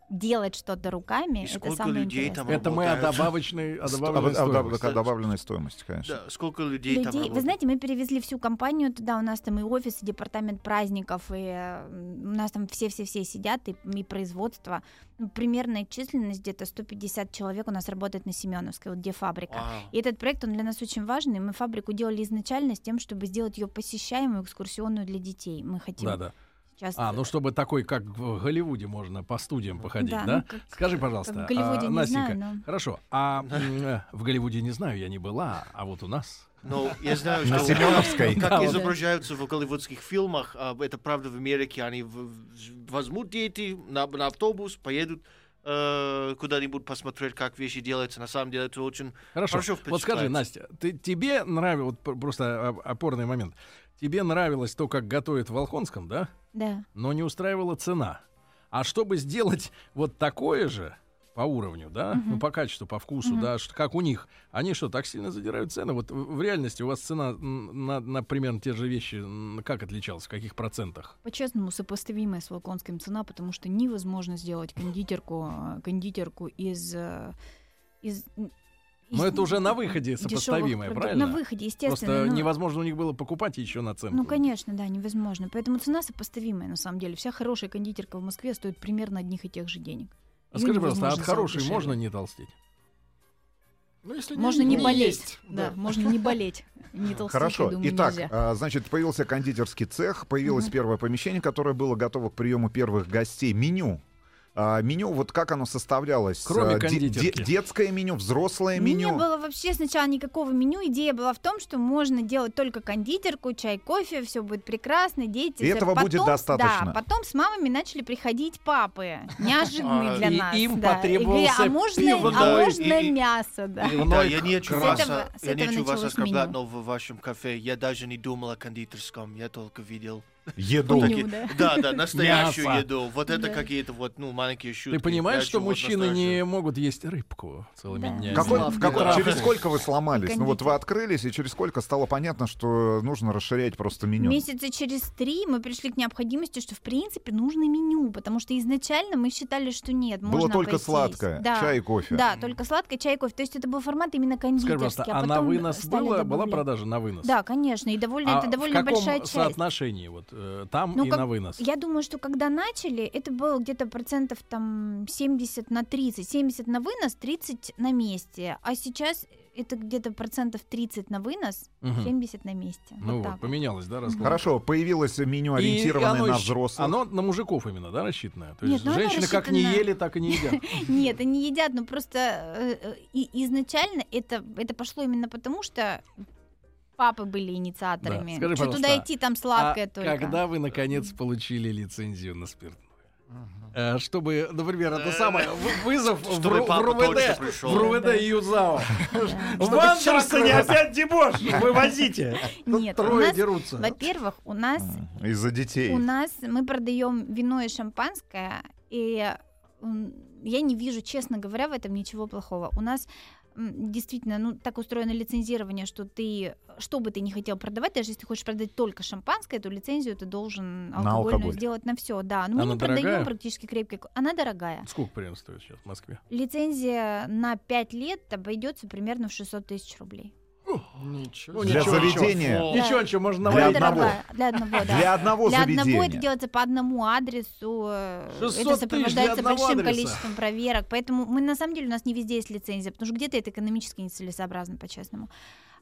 делать что-то руками.
И
это
сколько
самое
людей
интересное.
там
Это мы о
работают?
добавочной, о
Ст-
добавленной
а, а, да,
стоимости.
такая добавленная стоимость, конечно.
Да, сколько людей, там
людей. Вы
работает?
знаете, мы перевезли всю компанию туда, у нас там и офис, и департамент праздников, и э, у нас там все-все-все сидят, и, и производство. Ну, примерная численность где-то 150 человек у нас работает на Семеновской, вот где фабрика.
Вау.
И этот проект, он для нас очень важный. Мы фабрику делали изначально с тем, чтобы сделать ее посещаемую, экскурсионную для детей. Мы хотим
Да, да.
сейчас.
А, ну чтобы такой, как в Голливуде, можно по студиям походить, да?
Да, ну, как-
Скажи,
как
пожалуйста,
в Голливуде
а,
не
Настенька,
знаю, но...
хорошо, а м, э, в Голливуде не знаю, я не была, а вот у нас...
Но Ну, я знаю, что
На Семеновской.
как
Да, вот.
изображаются в голливудских фильмах, а, это правда в Америке, они в- в- возьмут дети на, на автобус, поедут э, куда-нибудь посмотреть, как вещи делаются. На самом деле это очень...
Хорошо,
Хорошо
вот скажи,
впечатляет.
Настя, ты, тебе нравилось, вот пр- просто о- опорный момент, тебе нравилось то, как готовят в Волхонском, да?
Да.
но не устраивала цена. А чтобы сделать вот такое же по уровню, да, ну, по качеству, по вкусу,
Мгм.
да, ш- как у них, они что, так сильно задирают цены? Вот в в реальности у вас цена м, на, на примерно те же вещи м, как отличалась, в каких процентах?
По-честному, сопоставимая с Волконским цена, потому что невозможно сделать кондитерку, э, кондитерку из... э, из
Но это уже на выходе
дешёвых
сопоставимое,
продуктов.
правильно?
На выходе, естественно.
Просто
но-
невозможно у них было покупать еще на цену.
Ну, конечно, да, невозможно. Поэтому цена сопоставимая, на самом деле. Вся хорошая кондитерка в Москве стоит примерно одних и тех же денег.
А
Её
скажи, пожалуйста, а от
невозможно сделать
хорошей
дешевле.
можно не толстеть?
Ну, если
Можно не
не
болеть.
есть,
Да, можно не болеть. Не толстеть,
Хорошо.
я думаю,
Итак,
нельзя.
а, значит, появился кондитерский цех, появилось
Мгм.
первое помещение, которое было готово к приему первых гостей. Меню. А, меню, вот как оно составлялось?
Кроме
А, де- де-
кондитерки.
детское меню, взрослое
Не
меню.
было вообще сначала никакого меню. Идея была в том, что можно делать только кондитерку, чай, кофе, все будет прекрасно, дети.
И
за-
этого
потом-
будет достаточно.
Да, потом с мамами начали приходить папы, неожиданные
А,
для
и
нас.
им
да. И говорили,
потребовался
а можно,
пиво,
а
да,
можно
и- и-
мясо, да.
Да,
Дневной
я не хочу
красок.
вас,
С этого-
а,
с
я не
этого
хочу вас
началось
оскорблять,
меню.
но в вашем кафе я даже не думал о кондитерском, я только видел.
Еду.
Меню,
такие-
да.
Да, да, настоящую
Мясо.
еду. Вот это
Да.
какие-то вот, ну, маленькие шутки.
Ты понимаешь,
Я
что
хочу вот
мужчины не
настоящую.
могут есть рыбку целыми
Да.
днями?
Какой-
Сладкий
в какой-
трав.
через сколько вы сломались? Ну вот
Кондитер.
вы открылись, и через сколько стало понятно, что нужно расширять просто меню.
Месяца через три мы пришли к необходимости, что в принципе нужно меню, потому что изначально мы считали, что нет,
было
можно
только
обойтись.
сладкое,
да.
чай и кофе.
Да, только сладкое, чай и кофе. То есть это был формат именно
Скажи,
кондитерский.
пожалуйста,
а
а, на
потом
вынос
стали
было, была
добавлять.
продажа на вынос?
Да, конечно, и довольно
А
это довольно
в каком
большая часть.
соотношении вот э, там
Ну,
и
как-
на вынос?
Я думаю, что когда начали, это было где-то процентов там 70 на 30. 70 на вынос, 30 на месте. А сейчас это где-то процентов 30 на вынос,
Мгм.
70 на месте.
Ну
вот
вот,
так. вот.
поменялось, да, расклад?
Хорошо, появилось меню,
И- и
ориентированное
оно
на
ещё-
взрослых.
Оно на мужиков именно, да, рассчитанное? То
Нет,
есть
ну, оно
женщины как не
рассчитано-
ели, так и не едят.
Нет, они едят, но просто э, э, и- изначально это, это пошло именно потому, что папы были инициаторами.
Да, скажи,
Чё туда
пожалуйста,
идти, там
А
сладкое только.
когда вы, наконец, получили лицензию на спиртное? Э, Чтобы, например, это самое, вы- вызов в
Чтобы
Ру- в
папа точно
РУВД,
пришел.
в РУВД Юзао. В Андерсоне опять дебош, вывозите.
Нет, у
Трое
нас,
дерутся.
во-первых, у нас
Из-за детей.
У нас мы продаем вино и шампанское, и м, я не вижу, честно говоря, в этом ничего плохого. У нас м, действительно, ну, так устроено лицензирование, что ты, что бы ты ни хотел продавать, даже если ты хочешь продать только шампанское, то лицензию ты должен
На
алкогольную
алкоголь.
сделать на все. Да, но мы
Она
не продаем
дорогая?
практически крепкий. алко- Она дорогая.
Сколько прям стоит сейчас в Москве?
Лицензия на 5 лет обойдется примерно в 600 тысяч рублей.
Ничего.
Ну,
себе.
Для
ничего,
заведения.
ничего.
Ничего, ничего, можно
Для
навалить.
Она
одного.
дорогая. Для одного, да.
Для одного
Для
заведения.
одного это делается по одному адресу. э,
600 тысяч для
Это сопровождается
одного
большим
адреса.
количеством проверок. Поэтому мы на самом деле у нас не везде есть лицензия, потому что где-то это экономически нецелесообразно, по-честному.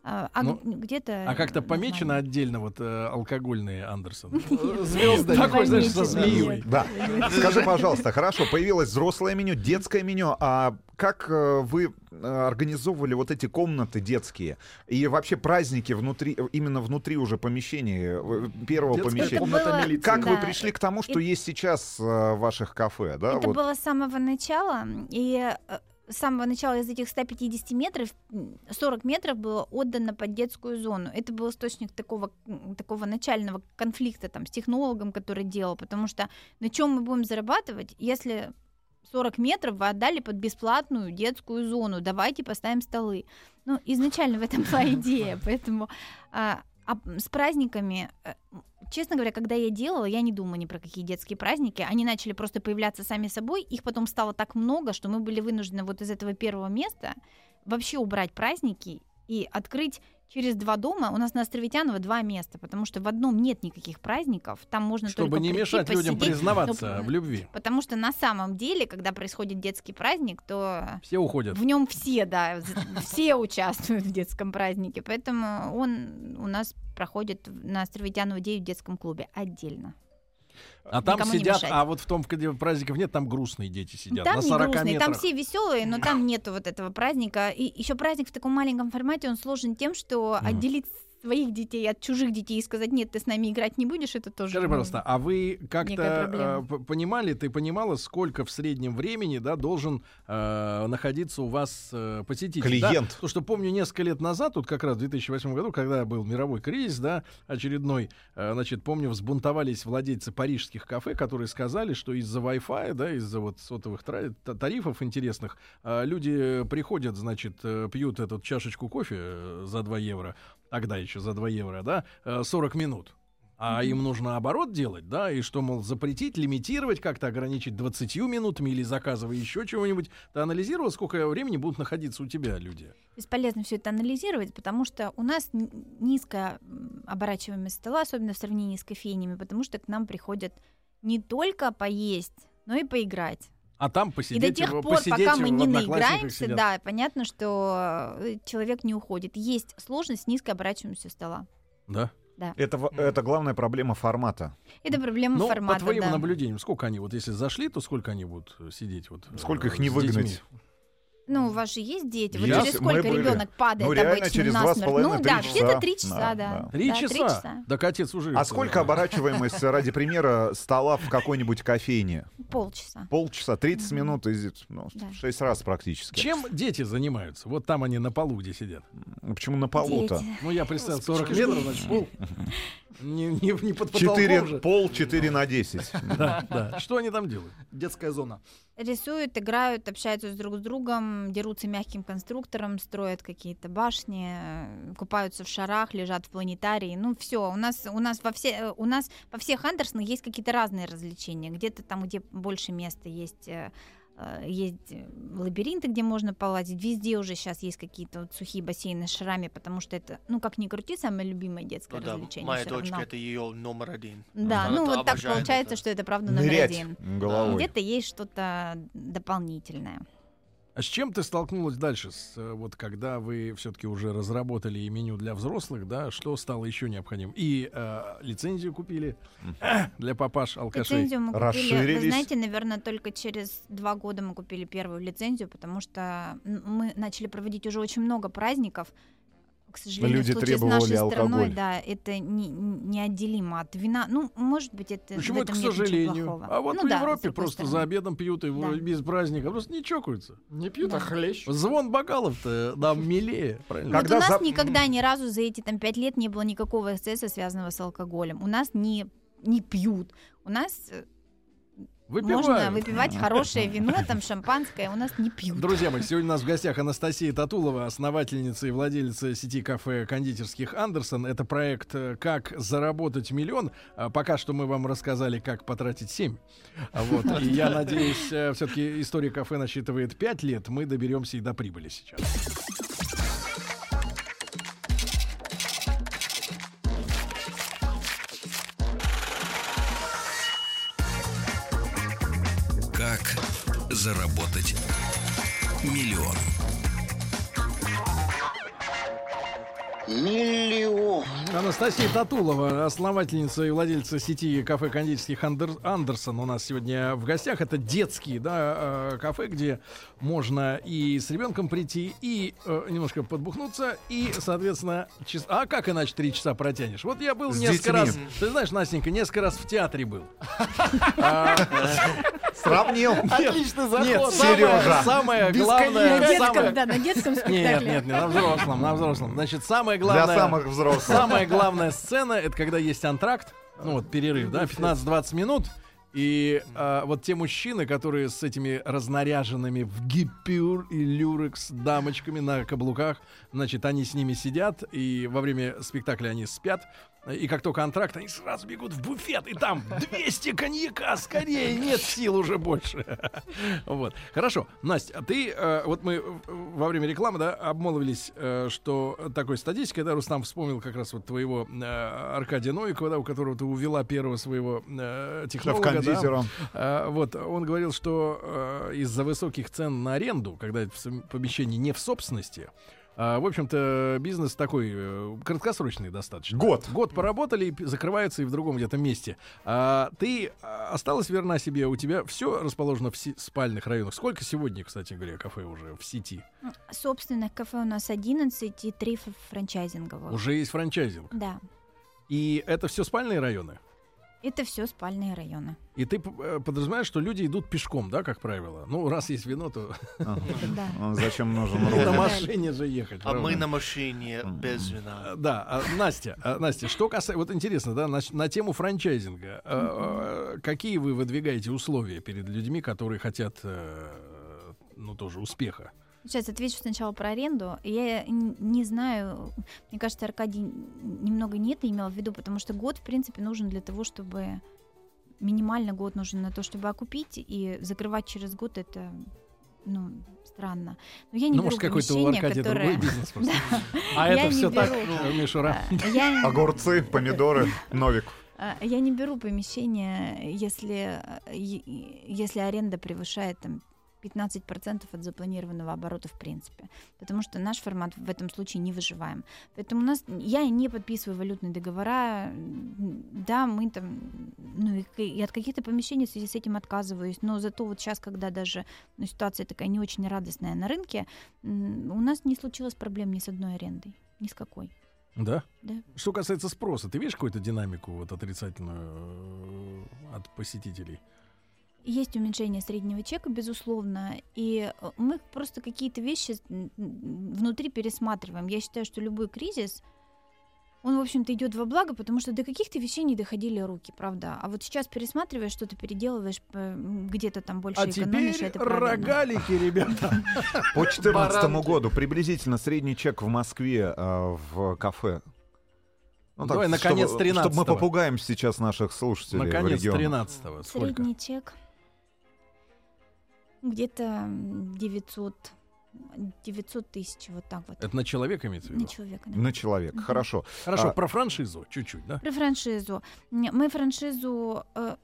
А а
Ну,
г- где-то.
А как-то
нормально.
помечено отдельно вот э, алкогольные Андерсон?
Звезды.
Такой, знаешь, со
помечено,
змеей.
нет.
Да. Скажи, пожалуйста, хорошо, появилось взрослое меню, детское меню. А как э, вы э, организовывали вот эти комнаты детские и вообще праздники внутри, э, именно внутри уже помещения, э, первого
Детская
а
помещения?
комната
было-
милиции.
Как вы
Да.
пришли к тому, что есть сейчас э, в ваших кафе? Да,
Это
вот?
было с самого начала. И э, с самого начала из этих 150 метров м, 40 метров было отдано под детскую зону. Это был источник такого, м, такого начального конфликта там, с технологом, который делал, потому что на чем мы будем зарабатывать, если 40 метров вы отдали под бесплатную детскую зону, давайте поставим столы. Ну, изначально в этом была идея, поэтому... а, а с праздниками, э, честно говоря, когда я делала, я не думала ни про какие детские праздники. Они начали просто появляться сами собой. Их потом стало так много, что мы были вынуждены вот из этого первого места вообще убрать праздники и открыть через два дома. У нас на Островитянова два места, потому что в одном нет никаких праздников. Там можно
Чтобы
только
не
прийти,
мешать людям
посидеть,
признаваться
ну,
в любви.
Потому что на самом деле, когда происходит детский праздник, то
Все уходят.
в нем все, да, з- все участвуют в детском празднике. Поэтому он у нас проходит в- на Островитянова 9 в детском клубе отдельно.
А там
Никому не
сидят,
мешать.
а вот в том, где праздников нет, там грустные дети сидят.
Ну, Там
на
не
40
грустные,
метрах.
там все веселые, но там нету вот этого праздника. И еще праздник в таком маленьком формате, он сложен тем, что
Мгм.
отделить своих детей от чужих детей и сказать, нет, ты с нами играть не будешь, это тоже...
Скажи,
ну,
пожалуйста, а вы
некая
как-то
проблема.
э, п- понимали, ты понимала, сколько в среднем времени, да, должен э, находиться у вас э, посетитель?
Клиент.
да? Потому что ну, помню несколько лет назад, вот как раз в 2008 году, когда был мировой кризис, да, очередной, э, значит, помню, взбунтовались владельцы парижских кафе, которые сказали, что из-за Wi-Fi, да, из-за вот сотовых тра- та- тарифов интересных, э, люди приходят, значит, э, пьют эту чашечку кофе э, за 2 евро, тогда еще за 2 евро, да, э, 40 минут. А им нужно оборот делать, да, и что, мол, запретить, лимитировать, как-то ограничить 20 минутами или заказывая еще чего-нибудь. Ты анализировал, сколько времени будут находиться у тебя люди?
Бесполезно все это анализировать, потому что у нас н- низкая м, оборачиваемость стола, особенно в сравнении с кофейнями, потому что к нам приходят не только поесть, но и поиграть.
А там посидеть,
и до тех
в-
пор,
посидеть
пока мы
в
не
«Одноклассниках»
наиграемся,
сидят.
да, понятно, что э, человек не уходит. Есть сложность с низкой оборачиваемостью стола.
Да.
Это, в- это главная проблема формата.
Это проблема
Ну,
формата.
по твоим
да.
наблюдениям, сколько они, вот если зашли, то сколько они будут э, сидеть? Вот, э,
Сколько их не
с
выгнать?
детьми?
Ну, у вас же есть дети. Вот
Есть,
через
мы
сколько
были.
ребенок падает
Ну, реально,
обычно
через два с
насмерть?
половиной,
ну,
три
да,
часа.
где-то три
Да,
часа, да.
да.
Три
Да,
часа? Да отец уже.
А сколько оборачиваемость, э, ради примера, стола в какой-нибудь кофейне?
Полчаса.
Полчаса, 30
Мгм.
минут, и, ну,
Да.
6 раз практически.
Чем дети занимаются? Вот там они на полу где сидят.
А Почему на полу-то?
Дети.
Ну, я представил, 40 метров, значит, пол. Не, не, не под потолком
Четыре,
же.
пол 4 на 10.
Да, да. Что они там делают?
Детская зона.
Рисуют, играют, общаются с друг с другом, дерутся мягким конструктором, строят какие-то башни, э, купаются в шарах, лежат в планетарии. Ну все, у нас у нас во все э, у нас во всех Андерсонах есть какие-то разные развлечения. Где-то там, где больше места есть э, э, есть э, лабиринты, где можно полазить. Везде уже сейчас есть какие-то вот сухие бассейны с шарами, потому что это, ну как ни крути, самое любимое детское
Ну да,
развлечение.
моя
всё
дочка
равно.
это ее номер один.
Да,
Она
ну
это
вот так
обожает
получается,
это.
что это
Ну,
правда номер
Нырять
один.
головой.
Где-то есть что-то дополнительное.
А с чем ты столкнулась дальше? С, э, вот когда вы все-таки уже разработали и меню для взрослых, да, что стало еще необходимым? И э, лицензию купили для папаш алкашей.
Лицензию мы купили,
Расширились.
вы знаете, наверное, только через два года мы купили первую лицензию, потому что м, мы начали проводить уже очень много праздников. К сожалению,
Люди
в случае с
требовали
нашей страной,
алкоголь.
да, это не- неотделимо от вина. Ну, может быть, это в
Почему это,
этом
к
нет ничего
сожалению?
плохого.
А вот
Ну
в
да, с
Европе
другой
просто за
стороны.
обедом пьют и в-
Да.
без праздника, просто не чокаются.
Не пьют,
Да.
а хлещ.
Звон бокалов-то нам милее, правильно?
Как-
Вот
Когда
у нас
за-
никогда ни разу за эти там пять лет не было никакого эксцесса, связанного с алкоголем. У нас не не пьют. У нас э, можно
Выпивают.
выпивать хорошее вино, там шампанское, у нас не пьют.
Друзья мои, сегодня у нас в гостях Анастасия Татулова, основательница и владелица сети кафе кондитерских Андерсон. Это проект э, «Как заработать миллион». А Пока что мы вам рассказали, как потратить семь. А Вот. И я надеюсь, все-таки история кафе насчитывает пять лет. Мы доберемся и до прибыли сейчас.
Как заработать миллион?
Анастасия Татулова, основательница и владельца сети кафе кондитерских Андер- Андерсон у нас сегодня в гостях. Это детские да, э, кафе, где можно и с ребенком прийти, и э, немножко подбухнуться, и, соответственно, час... а как иначе три часа протянешь? Вот я был
С
несколько раз,
детьми.
ты знаешь, Настенька, несколько раз в театре был.
Сравнил.
Отличный заход.
Нет, Сережа.
Серёжа.
Самое
На
главное...
детском,
самое-
да, на детском
Нет,
спектакле.
нет, не на взрослом, на взрослом. Значит, самое
Для
главное...
самых взрослых.
Самая главная сцена это когда есть антракт, ну вот перерыв, да, 15-20 минут. И а, вот те мужчины, которые с этими разнаряженными в гипюр и люрекс дамочками на каблуках, значит, они с ними сидят, и во время спектакля они спят. И как только антракт, они сразу бегут в буфет, и там 200 коньяка, скорее, нет сил уже больше. Вот. Хорошо. Настя, а ты, э, вот мы э, во время рекламы, да, обмолвились, э, что такой статистикой, да, Рустам вспомнил как раз вот твоего э, Аркадия Новикова, да, у которого ты увела первого своего э, технолога, да.
Шеф-кондитером.
А, Вот, он говорил, э, что э, из-за высоких цен на аренду, когда в сом- помещение не в собственности, А, в общем-то, бизнес такой э, краткосрочный достаточно.
Год.
Год поработали, и пи- закрывается и в другом где-то месте. А, ты а, осталась верна себе, у тебя все расположено в си- спальных районах. Сколько сегодня, кстати говоря, кафе уже в сети?
Собственных кафе у нас 11 и 3 франчайзинговых.
Уже есть франчайзинг.
Да.
И это все спальные районы?
Это все спальные районы.
И ты п- э, подразумеваешь, что люди идут пешком, да, как правило? Ну, раз есть вино, то
Ага.
Да.
А Зачем нужен
Ну,
на
ровно?
да.
машине же ехать.
А мы
правда?
на машине без
Э,
вина.
Да, а, Настя, а, Настя, что касается, вот интересно, да, на, на тему франчайзинга, Э, э, какие вы выдвигаете условия перед людьми, которые хотят, э, ну тоже успеха?
Сейчас отвечу сначала про аренду. Я н- не знаю, мне кажется, Аркадий н- немного не это имел в виду, потому что год, в принципе, нужен для того, чтобы минимально год нужен на то, чтобы окупить, и закрывать через год это ну, странно. Но я не
ну
беру
может какой-то у
помещение,
Аркадия
которое-
другой бизнес просто. А
Я
это
не
все
беру.
так, э, мишура.
А, я-
Огурцы, помидоры, новик.
А, Я не беру помещение, если, э, е- е- если аренда превышает там, 15% от запланированного оборота в принципе. Потому что наш формат в этом случае не выживаем. Поэтому у нас я не подписываю валютные договора. М, Да, мы там... Ну, и к- и от каких-то помещений в связи с этим отказываюсь. Но зато вот сейчас, когда даже ну, ситуация такая не очень радостная на рынке, м, у нас не случилось проблем ни с одной арендой. Ни с какой.
Да?
Да.
Что касается спроса, ты видишь какую-то динамику вот отрицательную э, от посетителей?
Есть уменьшение среднего чека, безусловно, и э, мы просто какие-то вещи м, м, внутри пересматриваем. Я считаю, что любой кризис, он, в общем-то, идет во благо, потому что до каких-то вещей не доходили руки, правда. А вот сейчас пересматриваешь, что-то переделываешь, п- м, где-то там больше
А
экономишь,
теперь
это правильно.
рогалики, ребята.
По 2014 году приблизительно средний чек в Москве а, в кафе. Ну,
Давай, наконец,
чтобы-
13-го.
Чтобы мы попугаем сейчас наших слушателей
Наконец,
в регионах.
13-го. Сколько?
Средний чек где-то м, 900, 900 тысяч, вот так вот.
Это на человека имеется в виду?
На человека, да.
На человек.
Мгм.
Хорошо.
Хорошо,
А-
про франшизу чуть-чуть, да?
Про франшизу. Не, Мы франшизу э,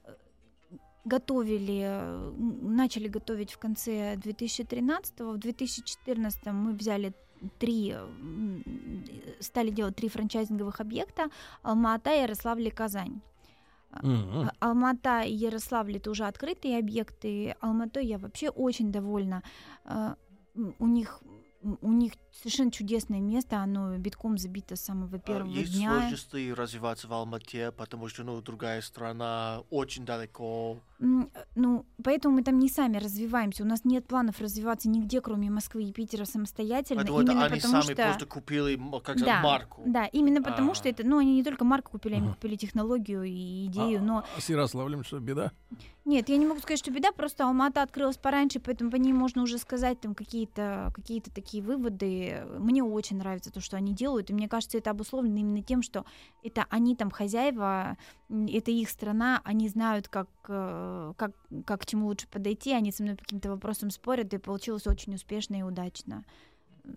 готовили, э, м, начали готовить в конце 2013-го. В 2014 мы взяли три, э, м, стали делать три франчайзинговых объекта Алмата, Ярославль и Казань.
Мгм.
А- Алмата и Ярославль это уже открытые объекты. Алматой я вообще очень довольна. Э, м, У них м, у них совершенно чудесное место, оно битком забито с самого
А,
первого
Есть
дня.
сложности развиваться в Алмате, потому что, ну, другая страна, очень далеко.
М, э, Ну, поэтому мы там не сами развиваемся. У нас нет планов развиваться нигде, кроме Москвы и Питера, самостоятельно.
Поэтому это
именно
они
потому
сами
что...
просто купили, м, как сказать,
да,
марку.
Да, именно потому что
А.
это, ну, они не только марку купили, они
Мгм.
купили технологию и идею,
А-
но
а с Ярославлем что, беда?
нет, я не могу сказать, что беда, просто Алмата открылась пораньше, поэтому по ней можно уже сказать там какие-то какие такие выводы. Мне очень нравится то, что они делают, и мне кажется, это обусловлено именно тем, что это они там хозяева, м, это их страна, они знают, как, э, как, как к чему лучше подойти, они со мной по каким-то вопросам спорят, и получилось очень успешно и удачно.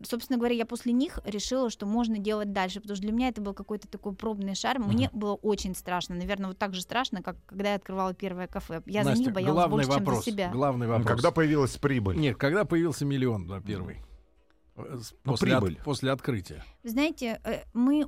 Собственно говоря, я после них решила, что можно делать дальше, потому что для меня это был какой-то такой пробный шар. Мне было очень страшно. Наверное, вот так же страшно, как когда я открывала первое кафе. Я за
Настя,
них боялась
главный
больше, чем за
вопрос,
себя.
Главный вопрос.
Ну, Когда появилась прибыль?
Нет, когда появился миллион, да, первый? Э, с-
Ну,
После, от-
прибыль.
после открытия.
Вы знаете, э, мы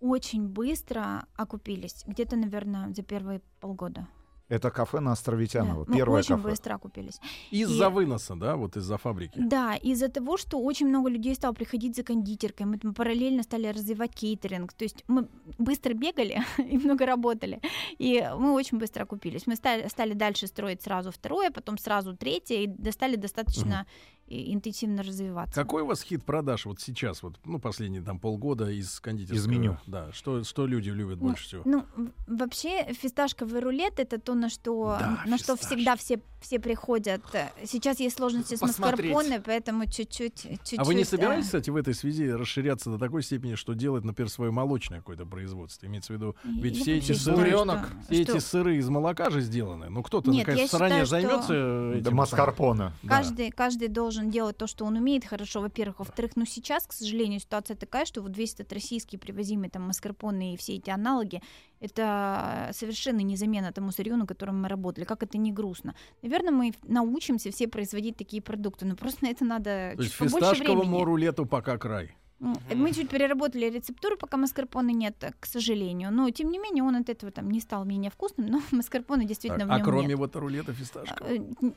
очень быстро окупились. Где-то, наверное, за первые полгода.
Это кафе на
Да,
Островитянова.
Ну,
мы
Первое
очень
кафе.
быстро окупились.
Из-за выноса, да, вот из-за фабрики.
Да, из-за того, что очень много людей стало приходить за кондитеркой, мы там параллельно стали развивать кейтеринг. То есть мы быстро бегали и много работали. И мы очень быстро окупились. Мы стали, стали дальше строить сразу второе, потом сразу третье, и до- стали достаточно и- интенсивно развиваться.
Какой у вас хит продаж вот сейчас, вот, ну, последние там полгода из кондитерского?
Из меню.
Да, что, что люди любят больше всего?
Ну, в- вообще, фисташковый рулет это то, на что,
Да,
на что
фисташковый.
всегда все, все приходят. Сейчас есть сложности с
Посмотреть.
маскарпоне, поэтому чуть-чуть. чуть-чуть
А вы не
э,
собираетесь, кстати, в этой связи расширяться до такой степени, что делать, например, свое молочное какое-то производство? Имеется в виду, ведь
я
все эти
вообще считаю,
сыры,
Буренок.
все эти
что-
сыры из молока же сделаны. Ну, кто-то,
Нет,
наконец,
я
в стороне
считаю, что-
займется э, этим.
Да,
самым.
маскарпоне.
Да.
Каждый, каждый должен делать то, что он умеет хорошо, во-первых. Во-вторых, ну сейчас, к сожалению, ситуация такая, что вот весь этот российский привозимый там маскарпоне и все эти аналоги, это совершенно не замена тому сырью, на котором мы работали. Как это не грустно. Наверное, мы научимся все производить такие продукты, но просто на это надо
То есть
чуть побольше
фисташковому
времени.
рулету пока край.
М,
Мгм.
Мы чуть переработали рецептуру, пока маскарпоне нет, к сожалению. Но, тем не менее, он от этого там не стал менее вкусным, но маскарпоне
Так,
действительно в
а
нем
кроме
нет.
вот рулета фисташка.
Э, н-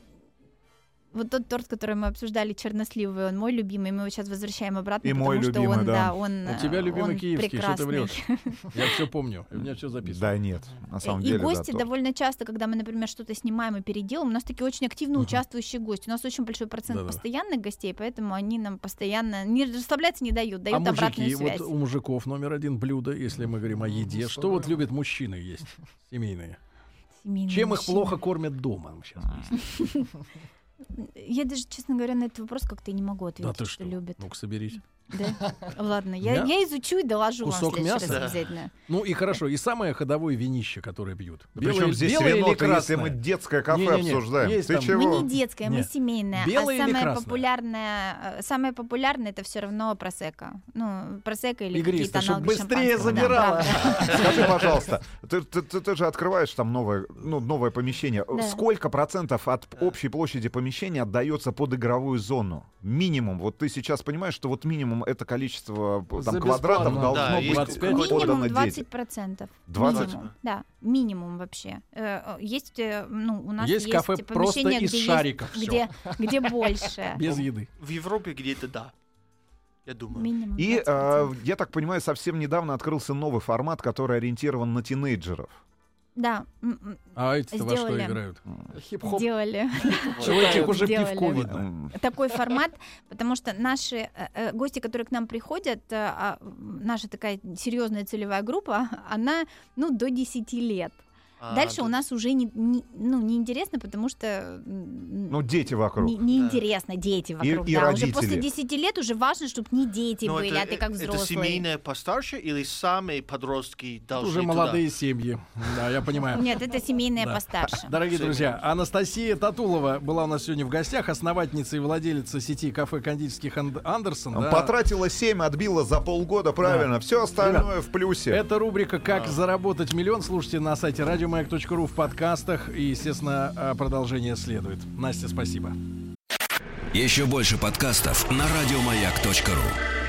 Вот тот торт, который мы обсуждали, черносливый, он мой любимый. Мы его сейчас возвращаем обратно,
И
потому
мой
что
любимый,
он,
да.
он,
У
э,
тебя любимый
он
киевский, что ты
прекрасный.
врешь?
э,
Я все помню, у меня все записано.
Да нет, на самом
и
деле. да,
гости
то-
довольно часто, когда мы, например, что-то снимаем и переделываем, у нас такие очень активно
Мгм.
участвующие гости. У нас очень большой процент
Да-да-да.
постоянных гостей, поэтому они нам постоянно не расслабляться не дают, дают
А мужики,
обратную связь.
вот у мужиков номер один блюдо, если мы говорим о
Ну,
еде,
что
что вот
вы.
любят мужчины есть семейные?
Семейные
Чем их
мужчины. А,
плохо кормят дома? мы щас выясним.
Я даже, честно говоря, на этот вопрос как-то и не могу ответить,
Да ты что?
что, любят.
Ну-ка соберите.
Да? Ладно,
Мя-
я, я изучу и доложу
Кусок
вам в следующий
мяса?
раз обязательно.
Ну и хорошо, и самое ходовое винище, которое пьют.
Причем здесь
белое
вино,
или
если мы
красное?
детское кафе
Не-не-не,
обсуждаем.
есть
Ты
там-
чего?
Мы не детская, мы
Нет.
семейная.
Белое или
а самое
красное?
популярное, э, самое популярное это все равно просека. Ну, просека или
Игристое,
какие-то аналоги
чтоб быстрее
шампанского, да,
забирала.
правда.
Скажи, пожалуйста, ты, ты- ты- ты же открываешь там новое, ну, новое помещение.
Да.
Сколько процентов от общей площади помещения отдается под игровую зону? Минимум. Вот ты сейчас понимаешь, что вот минимум это количество э, там,
За
квадратов
бесплатно.
должно
Да,
быть
есть
отдано
Минимум
детям.
20 процентов.
20?
Да, минимум вообще. Э, э, Есть, э, ну, у нас
Есть
есть,
кафе просто
помещение,
из
где есть-
шариков всё.
где, где больше.
Без еды.
В Европе где-то да. Я думаю.
Минимум.
И,
20%.
э, я так понимаю, совсем недавно открылся новый формат, который ориентирован на тинейджеров.
Да, м,
А эти-то во что
Сделали.
играют?
м,
Хип-хоп.
делали.
Человек уже
Сделали.
пивко видно.
М,
такой формат, потому что наши э, э, гости, которые к нам приходят, э, а, м, наша такая серьезная целевая группа, она ну, до 10 лет.
А,
Дальше
да.
у нас уже не, не- ну, неинтересно, потому что м,
Ну, дети
не-
вокруг.
неинтересно, дети вокруг.
и
да.
родители.
Уже после 10 лет уже важно, чтобы не дети
Но
были, а ты как взрослый.
Ну, Это семейное постарше или самые подростки
Тут
должны
Уже
туда?
молодые семьи. Да, я понимаю.
Нет, это семейное
Да.
постарше.
Дорогие
Все
друзья, Анастасия Татулова была у нас сегодня в гостях, основательница и владелица сети кафе кондитерских Анд- Андерсон. да.
Потратила 7, отбила за полгода, правильно. Все остальное в плюсе.
Это рубрика «Как заработать миллион». Слушайте на сайте радиомаяк.ру в подкастах. И, естественно, э, продолжение следует. Настя, спасибо.
Еще больше подкастов на радиомаяк.ру.